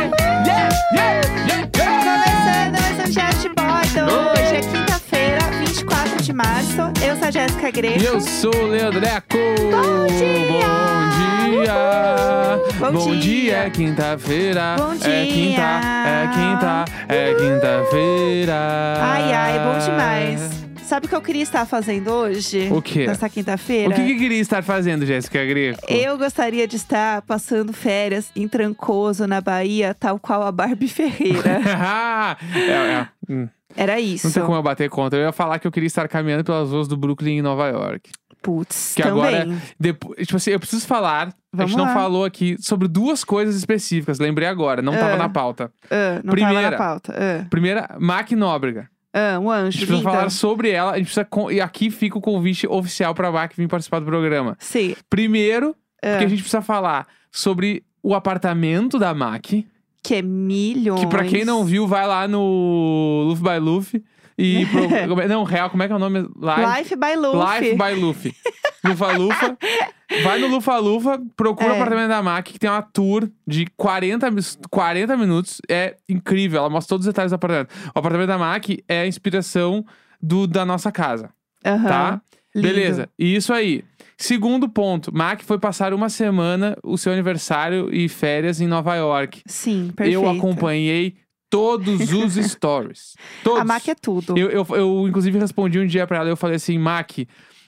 tá a Jéssica E Greco. eu sou o Leandreco. Bom dia! Bom dia! Uhul! Bom Bom dia. dia, é quinta-feira. Bom É quinta, é quinta, é quinta-feira. Ai, ai, bom demais. Sabe o que eu queria estar fazendo hoje? O quê? Nessa O quinta-feira? que, que queria estar fazendo, Jéssica Greco? Eu gostaria de estar passando férias em Trancoso, na Bahia, tal qual a Barbie Ferreira. É, é, hum, Era Não isso. tem como eu bater contra. Eu ia falar que eu queria estar caminhando pelas ruas do Brooklyn em Nova York. Putz, Que também. agora, depois, tipo assim, eu preciso falar. a Vamos gente lá. não falou aqui sobre duas coisas específicas. Lembrei agora, não Ah. tava na pauta. Ah, não tava na é Primeira. pauta. Ah, Primeira, Mac Nóbrega. ah, um A gente anjo, precisa linda. falar sobre ela. A gente precisa. con- E aqui fica o convite oficial pra Mac vir participar do programa. Sim, Primeiro, Ah. porque a gente precisa falar sobre o apartamento da Mac. que é milhões. Que pra quem não viu, vai lá no Luffy by Luffy. E pro- como é- Não, real, como é que é o nome? Live. Life by Luffy. Life by Luffy. Lufa Lufa. Vai no Lufa Lufa, procura É. o apartamento da Mac, que tem uma tour de 40, mi- 40 minutos. É incrível, ela mostra todos os detalhes do apartamento. O apartamento da Mac é a inspiração do, da nossa casa, Aham. tá? Lindo. Beleza, e isso aí. Segundo ponto, Mac foi passar uma semana, o seu aniversário e férias em Nova York. Sim, perfeito. Eu acompanhei todos os stories. Todos. A Mac é tudo. Eu, eu, eu, inclusive, respondi um dia pra ela. Eu falei assim, Mac,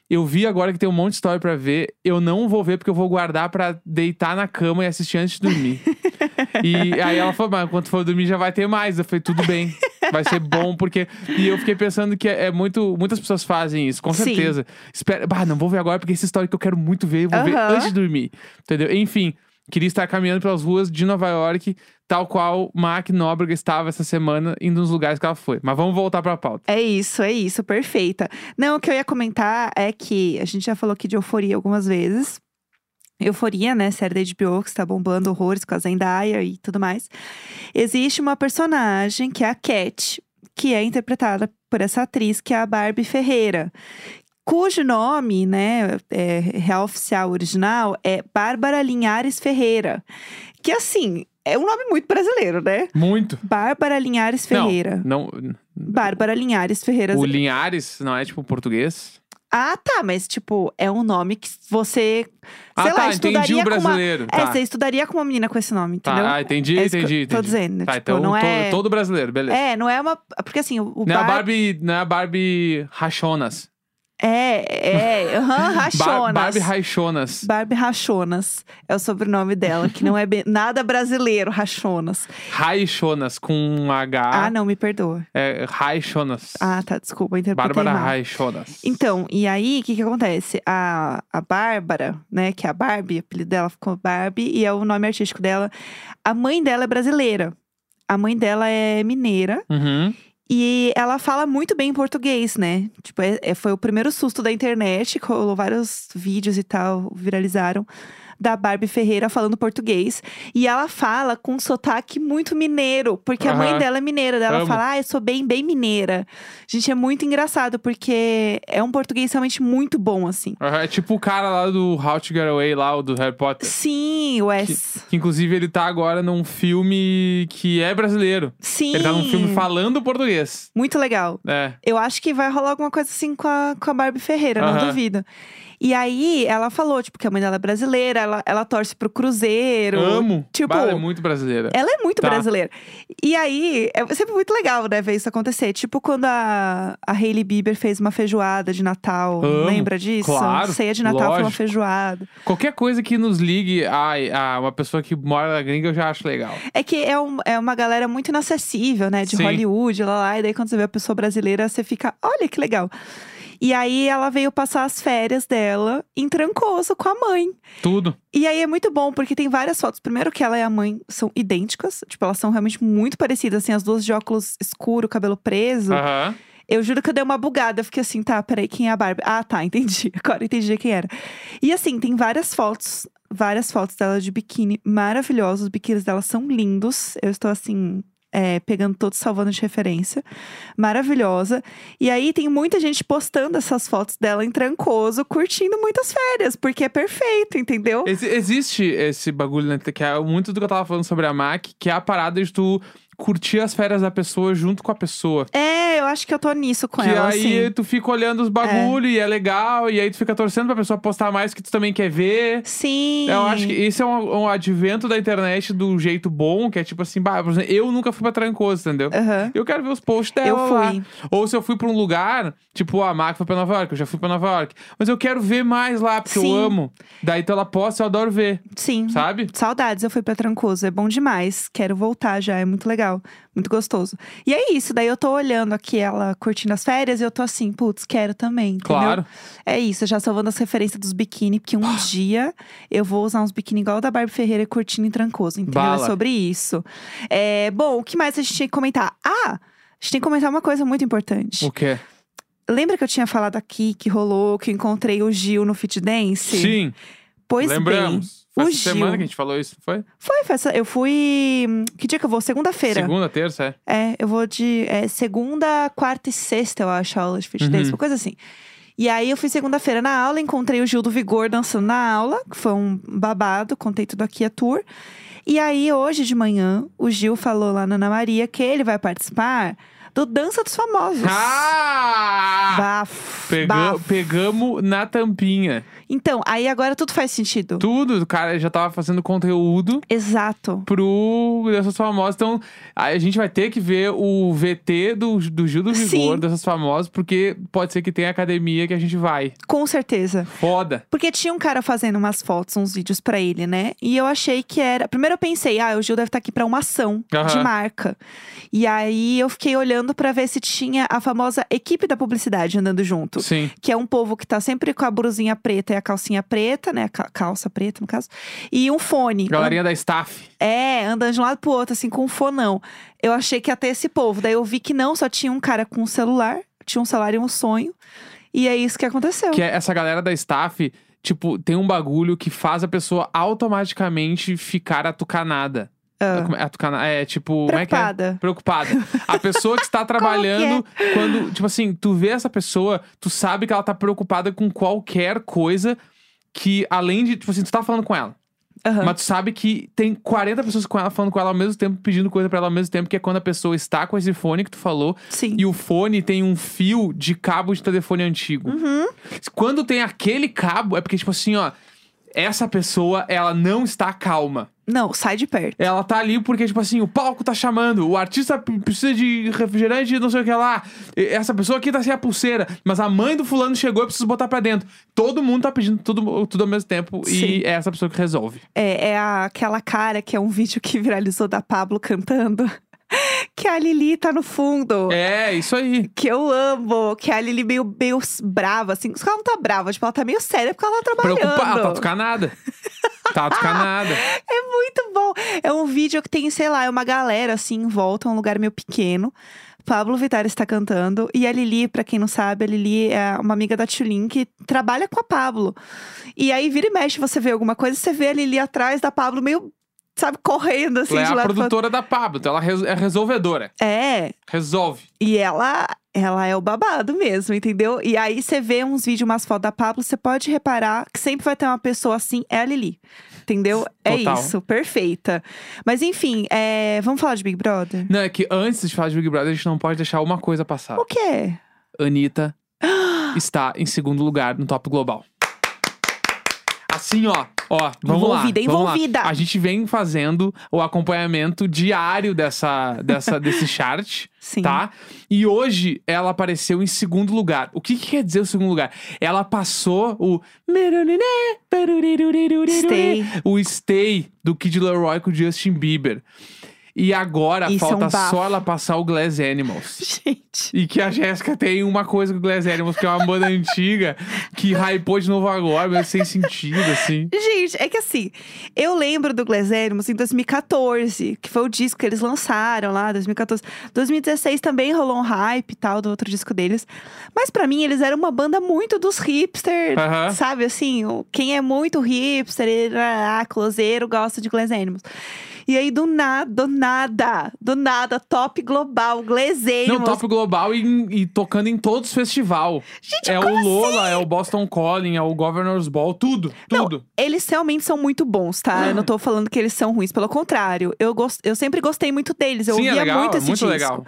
eu vi agora que tem um monte de story pra ver. Eu não vou ver porque eu vou guardar pra deitar na cama e assistir antes de dormir. e aí ela falou, mas quando for dormir já vai ter mais. Eu falei, tudo bem. Vai ser bom, porque. E eu fiquei pensando que é, é muito. Muitas pessoas fazem isso, com Sim. certeza. Espera. Bah, não vou ver agora, porque esse story que eu quero muito ver, eu vou ver Aham. antes de dormir. Entendeu? Enfim, queria estar caminhando pelas ruas de Nova York, tal qual Mac Nóbrega estava essa semana, indo nos lugares que ela foi. Mas vamos voltar pra pauta. É isso, é isso, perfeita. Não, o que eu ia comentar é que a gente já falou aqui de euforia algumas vezes. Euforia, né? Série da HBO que está bombando horrores com a Zendaya e tudo mais. Existe uma personagem que é a Cat, que é interpretada por essa atriz que é a Barbie Ferreira, cujo nome, né, é, real oficial original é Bárbara Linhares Ferreira. Que assim, é um nome muito brasileiro, né? Muito. Bárbara Linhares Ferreira. Não, Bárbara Linhares Ferreira. o Linhares não é tipo português? Ah, tá, mas tipo, é um nome que você. sei ah, lá, tá, entendi estudaria o com uma. brasileiro. É, tá. você estudaria com uma menina com esse nome, Tá, entendeu? ah, entendi, É isso que entendi, eu Tô entendi. dizendo. Tá, tipo, então não todo, é. todo brasileiro, beleza. É, não é uma. Porque assim, o, o não, é a Bar- Barbie, não é a Barbie Rachonas. É, é. Aham, Bar- Rachonas. Barbie Rachonas. Barbie Rachonas é o sobrenome dela, que não é bem- nada brasileiro, Rachonas. Rachonas com um Ah, H. não, me perdoa. é Rachonas. Ah, tá, desculpa, eu interpretei Bárbara mal. Rachonas. Então, e aí, o que que acontece? A, a Bárbara, né, que é a Barbie, o apelido dela ficou Barbie, e é o nome artístico dela. A mãe dela é brasileira. A mãe dela é mineira. Uhum. E ela fala muito bem português, né? Tipo, é- é- foi o primeiro susto da internet, rolou vários vídeos e tal, viralizaram, da Barbie Ferreira falando português. E ela fala com um sotaque muito mineiro, porque a mãe Aham. dela é mineira. daí Ela Amo. fala, ah, eu sou bem, bem mineira. Gente, é muito engraçado, porque é um português realmente muito bom, assim. É tipo o cara lá do How to Get Away, lá, o do Harry Potter. Sim, Wes. Que inclusive ele tá agora num filme que é brasileiro. Sim. Ele tá num filme falando português. Muito legal. É. Eu acho que vai rolar alguma coisa assim com a, com a Barbie Ferreira, não Aham. duvido. E aí, ela falou, tipo, que a mãe dela é brasileira, ela, ela torce pro Cruzeiro. Amo. Tipo- Bah, ela é muito brasileira. Ela é muito Tá. brasileira. E aí, é sempre muito legal, né, ver isso acontecer. Tipo, quando a, a Hailey Bieber fez uma feijoada de Natal. Amo, Lembra disso? claro, Ceia de Natal foi uma lógico. feijoada. Qualquer coisa que nos ligue a, a uma pessoa que mora na gringa, eu já acho legal. É que é, um- é uma galera muito inacessível, né? De Sim. Hollywood, lá, lá. E daí, quando você vê a pessoa brasileira, você fica, olha que legal. E aí, ela veio passar as férias dela em Trancoso com a mãe. Tudo. E aí é muito bom, porque tem várias fotos. Primeiro que ela e a mãe são idênticas. Tipo, elas são realmente muito parecidas, assim. As duas de óculos escuro, cabelo preso. Aham. Eu juro que eu dei uma bugada. Eu fiquei assim, tá, peraí, quem é a Barbie? Ah, tá, entendi. Agora entendi quem era. E assim, tem várias fotos. Várias fotos dela de biquíni maravilhosos. Os biquínis dela são lindos. Eu estou assim... é, pegando todos, salvando de referência. Maravilhosa. E aí tem muita gente postando essas fotos dela em trancoso, curtindo muitas férias, porque é perfeito, entendeu? Exi- existe esse bagulho, né? Que é muito do que eu tava falando sobre a Mac, que é a parada de tu curtir as férias da pessoa junto com a pessoa. É, eu acho que eu tô nisso com que ela, aí assim. tu fica olhando os bagulho e é legal, e aí tu fica torcendo pra pessoa postar mais que tu também quer ver. assim. Sim. Eu acho que esse é um, um advento da internet do jeito bom, que é tipo assim, bah, por exemplo, eu nunca fui pra Trancoso, entendeu? Aham. Eu quero ver os posts dela É. Eu Então, lá. fui. Ou se eu fui pra um lugar, tipo, a Mac foi pra Nova York, eu já fui pra Nova York. Mas eu quero ver mais lá, porque Sim. Uhum. eu amo. Daí então ela posta, eu adoro ver, Sim. sabe? Saudades, eu fui pra Trancoso, é bom demais. Quero voltar já, é muito legal, muito gostoso. E é isso, daí eu tô olhando aqui ela curtindo as férias e eu tô assim, putz, quero também. entendeu? Claro. É isso, eu já salvando as referências dos biquíni, porque um dia eu vou usar uns biquíni igual o da Barbie Ferreira curtindo em Trancoso, entendeu? Bala. É sobre isso. É, bom, o que mais a gente tinha que comentar? Ah! A gente tem que comentar uma coisa muito importante. O quê? Lembra que eu tinha falado aqui que rolou, que eu encontrei o Gil no Fit Dance? Sim, Pois bem. lembramos. Foi o essa semana Gil. que a gente falou isso, não foi? Foi, foi essa- eu fui. hum, Que dia que eu vou? Segunda-feira. Segunda, terça, é. É, eu vou de é, segunda, quarta e sexta, eu acho, a aula de fit Uhum. dance, uma coisa assim. E aí eu fui segunda-feira na aula, encontrei o Gil do Vigor dançando na aula, que foi um babado, contei tudo aqui a tour. E aí hoje de manhã, o Gil falou lá na Ana Maria que ele vai participar do Dança dos Famosos. Ah! Bafo, Pegam, bafo. pegamos na tampinha. Então, aí agora tudo faz sentido. Tudo, o cara já tava fazendo conteúdo Exato. pro Danças Famosas. Então, aí a gente vai ter que ver o VT do, do Gil do Vigor, Sim. Danças Famosas, porque pode ser que tenha academia que a gente vai. Com certeza. Foda. Porque tinha um cara fazendo umas fotos, uns vídeos pra ele, né? E eu achei que era. Primeiro eu pensei, ah, o Gil deve estar aqui pra uma ação Aham. de marca. E aí eu fiquei olhando pra ver se tinha a famosa equipe da publicidade andando junto. Sim. Que é um povo que tá sempre com a brusinha preta e a calcinha preta, né? A ca- Calça preta, no caso. E um fone. Galerinha da staff. É, andando de um lado pro outro, assim, com um fonão. Eu achei que ia ter esse povo. Daí eu vi que não, só tinha um cara com um celular. Tinha um celular e um sonho. E é isso que aconteceu. Que é essa galera da staff, tipo, tem um bagulho que faz a pessoa automaticamente ficar atucanada. Como é Atucana, é tipo, como é que é? Ah. Preocupada. Preocupada. A pessoa que é? está trabalhando, quando, tipo assim, tu vê essa pessoa, tu sabe que ela tá preocupada com qualquer coisa que, além de, tipo assim, tu tá falando com ela, Aham. mas tu sabe que tem 40 pessoas com ela falando com ela ao mesmo tempo, pedindo coisa pra ela ao mesmo tempo, que é quando a pessoa está com esse fone que tu falou, Sim. e o fone tem um fio de cabo de telefone antigo. Uhum. Quando tem aquele cabo, é porque, tipo assim, ó, essa pessoa, ela não está calma. Não, sai de perto. Ela tá ali porque, tipo assim, o palco tá chamando, o artista p- precisa de refrigerante, não sei o que lá. E- Essa pessoa aqui tá sem a pulseira, mas a mãe do fulano chegou e precisa botar pra dentro. Todo mundo tá pedindo tudo, tudo ao mesmo tempo Sim. e é essa pessoa que resolve. É, é a- aquela cara que é um vídeo que viralizou da Pablo cantando. Que a Lili tá no fundo. É, isso aí. Que eu amo. Que é a Lili meio, meio brava, assim. Só que ela não tá brava, tipo, ela tá meio séria porque ela tá trabalhando. Preocupa, ela tá tucanada. Tá tucanada. É muito bom. É um vídeo que tem, sei lá, é uma galera assim em volta, um lugar meio pequeno. Pablo Vittar está cantando. E a Lili, pra quem não sabe, a Lili é uma amiga da Tulin que trabalha com a Pablo. E aí vira e mexe, você vê alguma coisa, você vê a Lili atrás da Pablo meio, sabe, correndo assim Ela é de a lado. pra outro. produtora da Pablo, então ela res- é resolvedora. É, Resolve. e ela, ela é o babado mesmo, entendeu? E aí você vê uns vídeos, umas fotos da Pablo, você pode reparar que sempre vai ter uma pessoa assim, é a Lili. Entendeu? É Total. isso, perfeita. Mas enfim, é, vamos falar de Big Brother? Não, é que antes de falar de Big Brother, a gente não pode deixar uma coisa passar. O quê? Anitta está em segundo lugar no top global. Assim, ó, ó, vamos lá. Envolvida, vamos lá. envolvida. A gente vem fazendo o acompanhamento diário dessa, dessa, desse chart, Sim. tá? E hoje ela apareceu em segundo lugar. O que, que quer dizer o segundo lugar? Ela passou o. Stay. O stay do Kid Leroy com o Justin Bieber. E agora Isso é um falta bafo. só ela passar o Glass Animals. Gente. E que a Jéssica tem uma coisa com o Glass Animals, que é uma banda antiga, que hypou de novo agora, mas sem sentido, assim. Gente, é que assim, eu lembro do Glass Animals em 2014, que foi o disco que eles lançaram lá, 2014. 2016 também rolou um hype e tal do outro disco deles. Mas pra mim, eles eram uma banda muito dos hipsters, Aham. sabe? Assim, o- quem é muito hipster, ele, ah, closeiro, gosta de Glass Animals. E aí, do nada, do nada, do nada, top global, Glezeiros. Não, top global e, e tocando em todos os festival. Gente, assim? É o Lola, é o Boston Calling, é o Governor's Ball, tudo, Não, tudo. Eles realmente são muito bons, tá? Eu não tô falando que eles são ruins, pelo contrário. Eu, gost... eu sempre gostei muito deles, eu Sim, é ouvia legal, muito é esse muito disco. legal.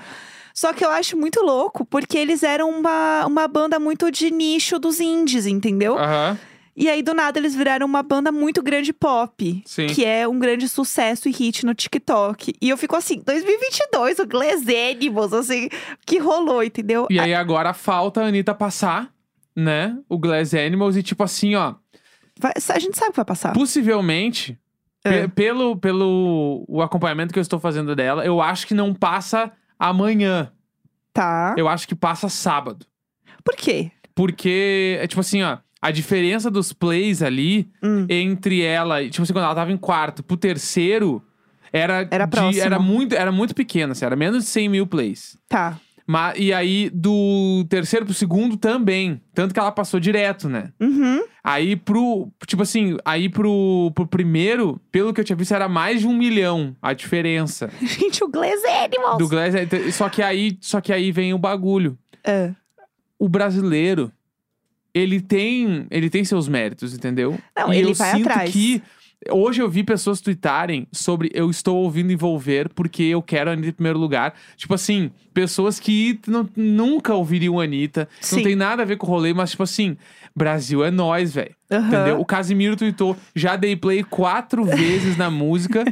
Só que eu acho muito louco, porque eles eram uma, uma banda muito de nicho dos indies, entendeu? Aham, E aí, do nada, eles viraram uma banda muito grande pop. Sim. Que é um grande sucesso e hit no TikTok. E eu fico assim, 2022, o Glezênimos, assim, que rolou, entendeu? E aí agora falta a Anitta passar, né? O Glass Animals e tipo assim, ó. Vai- a gente sabe o que vai passar. Possivelmente, Ah. pe- pelo, pelo o acompanhamento que eu estou fazendo dela, eu acho que não passa amanhã. Tá. Eu acho que passa sábado. Por quê? Porque, é tipo assim, ó. A diferença dos plays ali Hum. entre ela, e, tipo assim, quando ela tava em quarto pro terceiro, era, Era próximo. era muito era muito pequena, assim, era menos de 100 mil plays. Tá. Ma- e aí, do terceiro pro segundo também. Tanto que ela passou direto, né? Uhum. Aí pro. Tipo assim, aí pro, pro primeiro, pelo que eu tinha visto, era mais de um milhão a diferença. Gente, o Glezênimos! Do Glass. então, Só que aí, só que aí vem o bagulho. Ah, O brasileiro, ele tem. Ele tem seus méritos, entendeu? Não, e ele eu vai sinto atrás. que. Hoje eu vi pessoas tweetarem sobre eu estou ouvindo envolver porque eu quero a Anitta em primeiro lugar. Tipo assim, pessoas que não- nunca ouviriam a Anitta. Sim. Não tem nada a ver com o rolê, mas tipo assim, Brasil é nós, velho. aham. Entendeu? O Casimiro tweetou, já dei play quatro vezes na música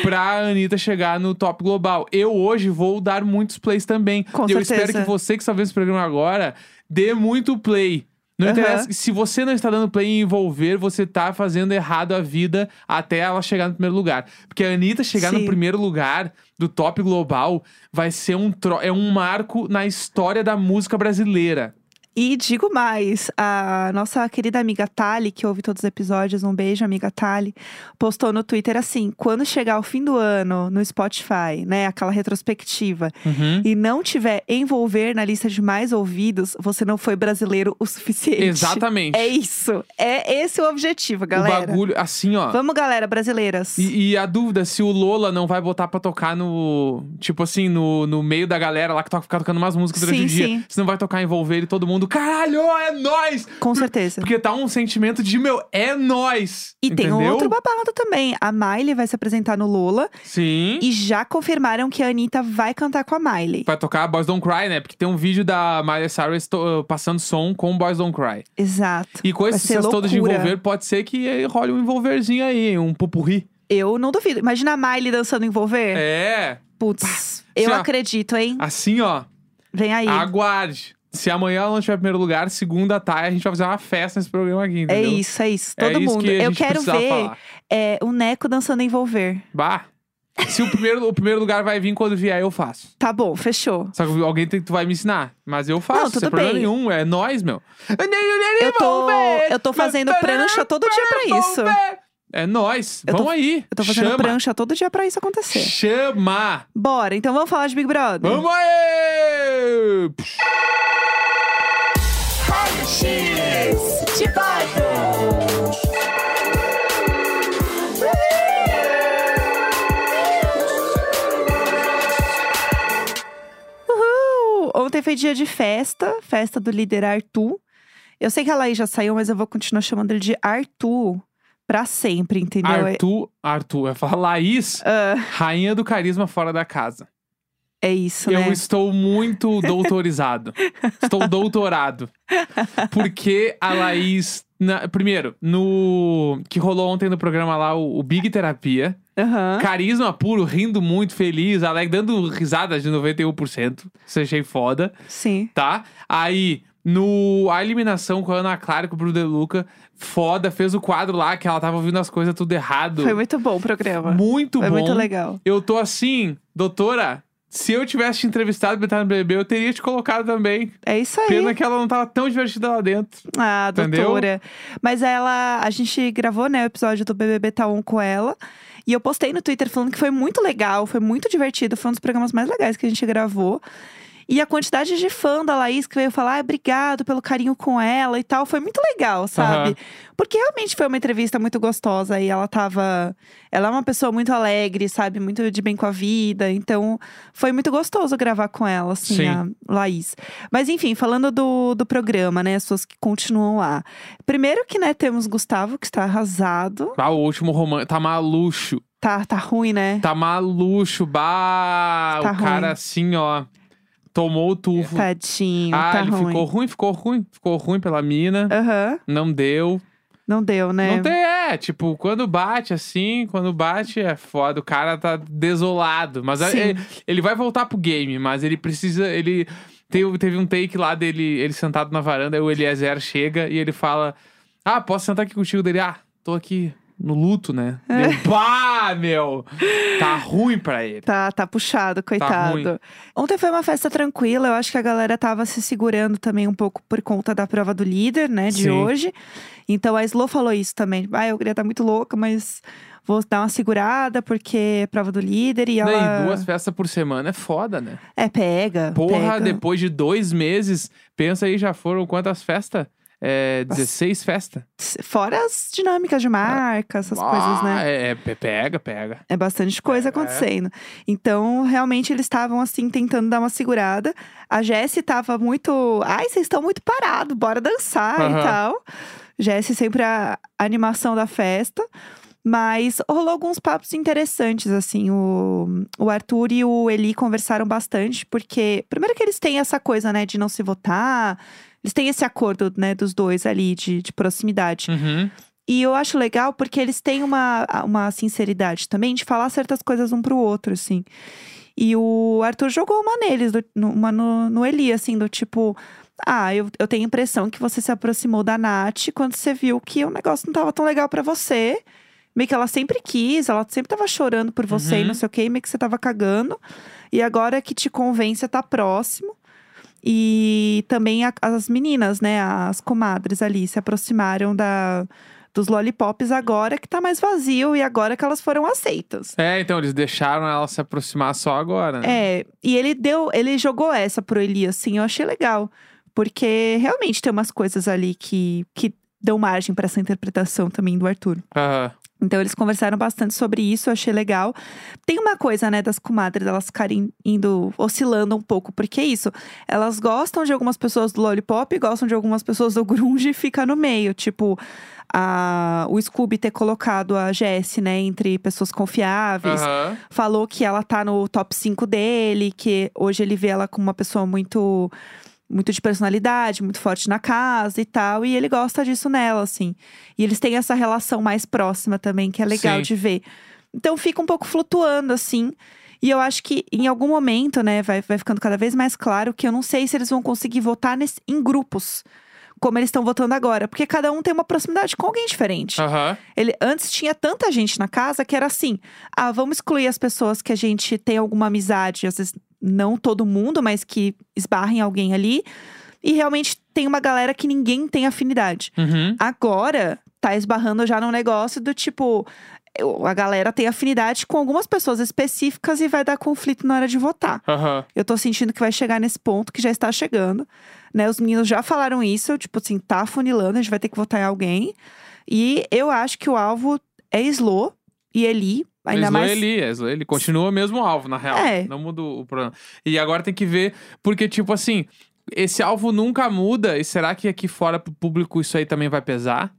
pra Anitta chegar no top global. Eu hoje vou dar muitos plays também. Com e eu certeza. espero que você que está vendo esse programa agora dê muito play. Não Aham. interessa. Se você não está dando play em envolver, você tá fazendo errado a vida até ela chegar no primeiro lugar. Porque a Anitta chegar Sim. no primeiro lugar do top global vai ser um tro é um marco na história da música brasileira. E digo mais, a nossa querida amiga Tali, que ouve todos os episódios, um beijo, amiga Tali, postou no Twitter assim: quando chegar o fim do ano no Spotify, né, aquela retrospectiva, Uhum. e não tiver envolver na lista de mais ouvidos, você não foi brasileiro o suficiente. Exatamente. É isso. É esse o objetivo, galera. O bagulho, assim, ó. Vamos, galera, brasileiras. E, e a dúvida se o Lola não vai botar pra tocar no. Tipo assim, no, no meio da galera lá que toca, fica tocando umas músicas durante Sim, o dia. sim. Se não vai tocar envolver e todo mundo. Caralho, é nóis! Com certeza. Porque tá um sentimento de, meu, é nóis! E tem entendeu? um outro babado também. A Miley vai se apresentar no Lola. Sim. E já confirmaram que a Anitta vai cantar com a Miley. Vai tocar Boys Don't Cry, né? Porque tem um vídeo da Miley Cyrus to- uh, passando som com Boys Don't Cry. Exato. E com Vai esse ser sucesso todo de loucura. envolver, pode ser que eh, role um envolverzinho aí, um pupurri. Eu não duvido. Imagina a Miley dançando envolver. É. Putz, eu Assim, ó. acredito, hein? Assim, ó. Vem aí. Aguarde. Se amanhã ela não tiver em primeiro lugar, segunda tarde, a gente vai fazer uma festa nesse programa aqui, É entendeu? isso, é isso. É Todo isso mundo. que a eu gente quero precisava ver falar. é, o Neco dançando envolver. Bah. Se o primeiro, o primeiro lugar vai vir quando vier, eu faço. Tá bom, fechou. Só que alguém tem, tu vai me ensinar. Mas eu faço, Não, tudo sem problema bem. nenhum. É nós, meu. Eu tô, eu tô fazendo prancha todo dia pra isso. É nós. Eu tô- Vamos aí. Eu tô fazendo Chama. prancha todo dia pra isso acontecer. Chama. Bora, então vamos falar de Big Brother? Vamos aí. de Uhul! Ontem foi dia de festa, festa do líder Arthur. Eu sei que a Laís já saiu, mas eu vou continuar chamando ele de Arthur pra sempre, entendeu? É- Arthur, Arthur, eu ia falar Laís, Ah. rainha do carisma fora da casa. É isso, Eu né? estou muito doutorizado. estou doutorado. Porque a Laís. na- primeiro, no. Que rolou ontem no programa lá, o, o Big Terapia. Aham. Carisma puro, rindo muito, feliz, alegre, dando risadas de 91%. Isso eu achei foda, Sim. tá? Aí. No A Eliminação com a Ana Clara e com o Bruno De Luca, foda, fez o quadro lá que ela tava ouvindo as coisas tudo errado. Foi muito bom o programa. muito foi bom. muito legal. Eu tô assim, doutora, se eu tivesse te entrevistado pra entrar no BBB, eu teria te colocado também. É isso aí. Pena que ela não tava tão divertida lá dentro. Ah, Entendeu? doutora. Mas ela, a gente gravou, né, o episódio do BBB Taon com ela. E eu postei no Twitter falando que foi muito legal, foi muito divertido, foi um dos programas mais legais que a gente gravou. E a quantidade de fã da Laís que veio falar, ah, obrigado pelo carinho com ela e tal, foi muito legal, sabe? Aham. Porque realmente foi uma entrevista muito gostosa e ela tava. Ela é uma pessoa muito alegre, sabe? Muito de bem com a vida. Então, foi muito gostoso gravar com ela, assim, Sim. a Laís. Mas enfim, falando do, do programa, né? As pessoas que continuam lá. Primeiro que, né, temos Gustavo, que está arrasado. Ah, o último romance. Tá maluxo. Tá, tá ruim, né? Tá maluxo. Bah, Tá o ruim. cara assim, ó. Tomou o tufo. Tadinho, Tá ah, tá ele ruim. ficou ruim, ficou ruim. Ficou ruim pela mina. Aham, Não deu. não deu, né? Não tem, é, tipo, quando bate assim, quando bate é foda, o cara tá desolado. Mas é, Sim. ele, ele vai voltar pro game, mas ele precisa, ele teve, teve um take lá dele, ele sentado na varanda, aí o Eliezer chega e ele fala: "Ah, posso sentar aqui contigo?" Dele: "Ah, tô aqui no luto, né?" É. Deu, Pá, meu. Tá ruim pra ele. Tá, tá puxado, coitado. ruim. Ontem foi uma festa tranquila, eu acho que a galera tava se segurando também um pouco por conta da prova do líder, né, de Sim. hoje. Então a Slo falou isso também. Ah, eu queria estar muito louca, mas vou dar uma segurada porque é prova do líder e Né, ela E duas festas por semana é foda, né? é pega. Porra, pega. depois de dois meses, pensa aí, já foram quantas festas? É, 16 festas. Fora as dinâmicas de marca, essas coisas, né? Ah, É, é, pe- pega, pega. É bastante coisa É. acontecendo. Então, realmente, eles estavam, assim, tentando dar uma segurada. A Jessie tava muito. Ai, vocês estão muito parados, bora dançar Aham. e tal. Jessie sempre a animação da festa. Mas rolou alguns papos interessantes, assim. O, o Arthur e o Eli conversaram bastante, porque. Primeiro que eles têm essa coisa, né, de não se votar. Eles têm esse acordo, né, dos dois ali, de, de proximidade. Uhum. E eu acho legal porque eles têm uma, uma sinceridade também de falar certas coisas um pro outro, assim. E o Arthur jogou uma neles, do- no- uma no, no Eli, assim, do tipo. Ah, eu, eu tenho a impressão que você se aproximou da Nath quando você viu que o negócio não tava tão legal pra você. Meio que ela sempre quis, ela sempre tava chorando por você e Uhum. não sei o quê, meio que você tava cagando. E agora que te convence a tá próximo. E também a- as meninas, né, as comadres ali, se aproximaram da, dos lollipops agora que tá mais vazio e agora que elas foram aceitas. É, então eles deixaram ela se aproximar só agora, né? É, e ele deu, ele jogou essa pro Eli, assim, eu achei legal. Porque realmente tem umas coisas ali que, que dão margem pra essa interpretação também do Arthur. Aham. Então eles conversaram bastante sobre isso, eu achei legal. Tem uma coisa, né, das comadres, elas ficarem indo, oscilando um pouco, porque é isso. Elas gostam de algumas pessoas do Lollipop, gostam de algumas pessoas do Grunge e fica no meio. Tipo, a, o Scooby ter colocado a Jess, né, entre pessoas confiáveis Aham. falou que ela tá no top 5 dele, que hoje ele vê ela como uma pessoa muito muito de personalidade, muito forte na casa e tal, e ele gosta disso nela, assim. E eles têm essa relação mais próxima também, que é legal Sim. de ver. Então fica um pouco flutuando assim. E eu acho que em algum momento, né, vai, vai ficando cada vez mais claro que eu não sei se eles vão conseguir votar nesse- em grupos, como eles estão votando agora, porque cada um tem uma proximidade com alguém diferente. Aham. Ele antes tinha tanta gente na casa que era assim: ah, vamos excluir as pessoas que a gente tem alguma amizade, às vezes não todo mundo, mas que esbarrem alguém ali. E realmente tem uma galera que ninguém tem afinidade. Uhum. Agora tá esbarrando já num negócio do tipo. eu- A galera tem afinidade com algumas pessoas específicas e vai dar conflito na hora de votar. Aham. Eu tô sentindo que vai chegar nesse ponto que já está chegando, né? Os meninos já falaram isso, tipo assim, tá funilando, a gente vai ter que votar em alguém. E eu acho que o alvo é Slo e Eli, ainda Slow mais. Eli, é, Slow Eli. Continua o mesmo alvo, na real. É. Não muda o problema. E agora tem que ver, porque, tipo assim, esse alvo nunca muda. E será que aqui fora pro público isso aí também vai pesar?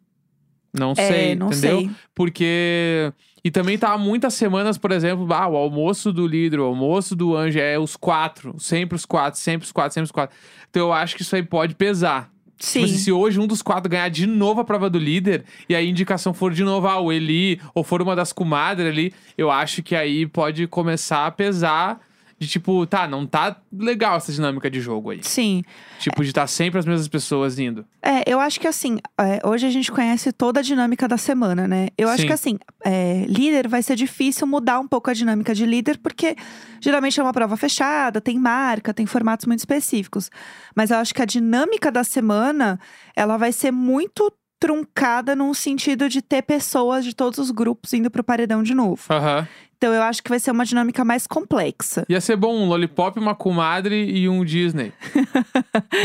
Não é, sei, não entendeu? Tipo sei. Porque. E também tá há muitas semanas, por exemplo, ah, o almoço do líder, o almoço do anjo é os quatro. Sempre os quatro, sempre os quatro, sempre os quatro. Então eu acho que isso aí pode pesar. Sim. Tipo assim, se hoje um dos quatro ganhar de novo a prova do líder, e aí a indicação for de novo ah, o Eli, ou for uma das comadres ali, eu acho que aí pode começar a pesar de tipo, tá, não tá legal essa dinâmica de jogo aí. Sim. Tipo, de estar sempre as mesmas pessoas indo. É, eu acho que assim, é, hoje a gente conhece toda a dinâmica da semana, né? Eu acho Sim. que assim, é, líder vai ser difícil mudar um pouco a dinâmica de líder, porque geralmente é uma prova fechada, tem marca, tem formatos muito específicos. Mas eu acho que a dinâmica da semana, ela vai ser muito truncada num sentido de ter pessoas de todos os grupos indo pro paredão de novo. Aham. Então eu acho que vai ser uma dinâmica mais complexa. Ia ser bom um lollipop, uma comadre e um Disney.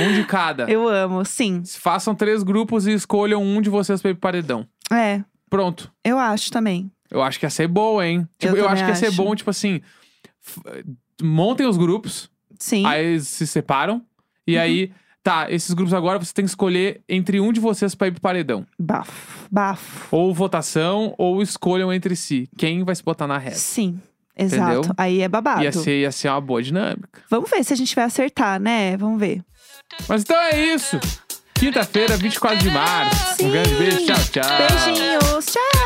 um de cada. Eu amo, sim. Façam três grupos e escolham um de vocês pra ir pro paredão. É, Pronto. eu acho também. Eu acho que ia ser boa, hein? Tipo, Eu eu, acho também que ia ser acho. bom, tipo assim. f- Montem os grupos, Sim. Uhum. aí eles se separam. E aí, tá, esses grupos agora você tem que escolher entre um de vocês pra ir pro paredão. Bafo, bafo. Ou votação, ou escolham entre si. Quem vai se botar na reta? Sim, exato. É. Entendeu? assim- Aí é babado. Ia ser, ia ser uma boa dinâmica. Vamos ver se a gente vai acertar, né? Vamos ver. Mas então é isso. Quinta-feira, 24 de março. Um grande beijo. Tchau, tchau. Beijinhos, tchau!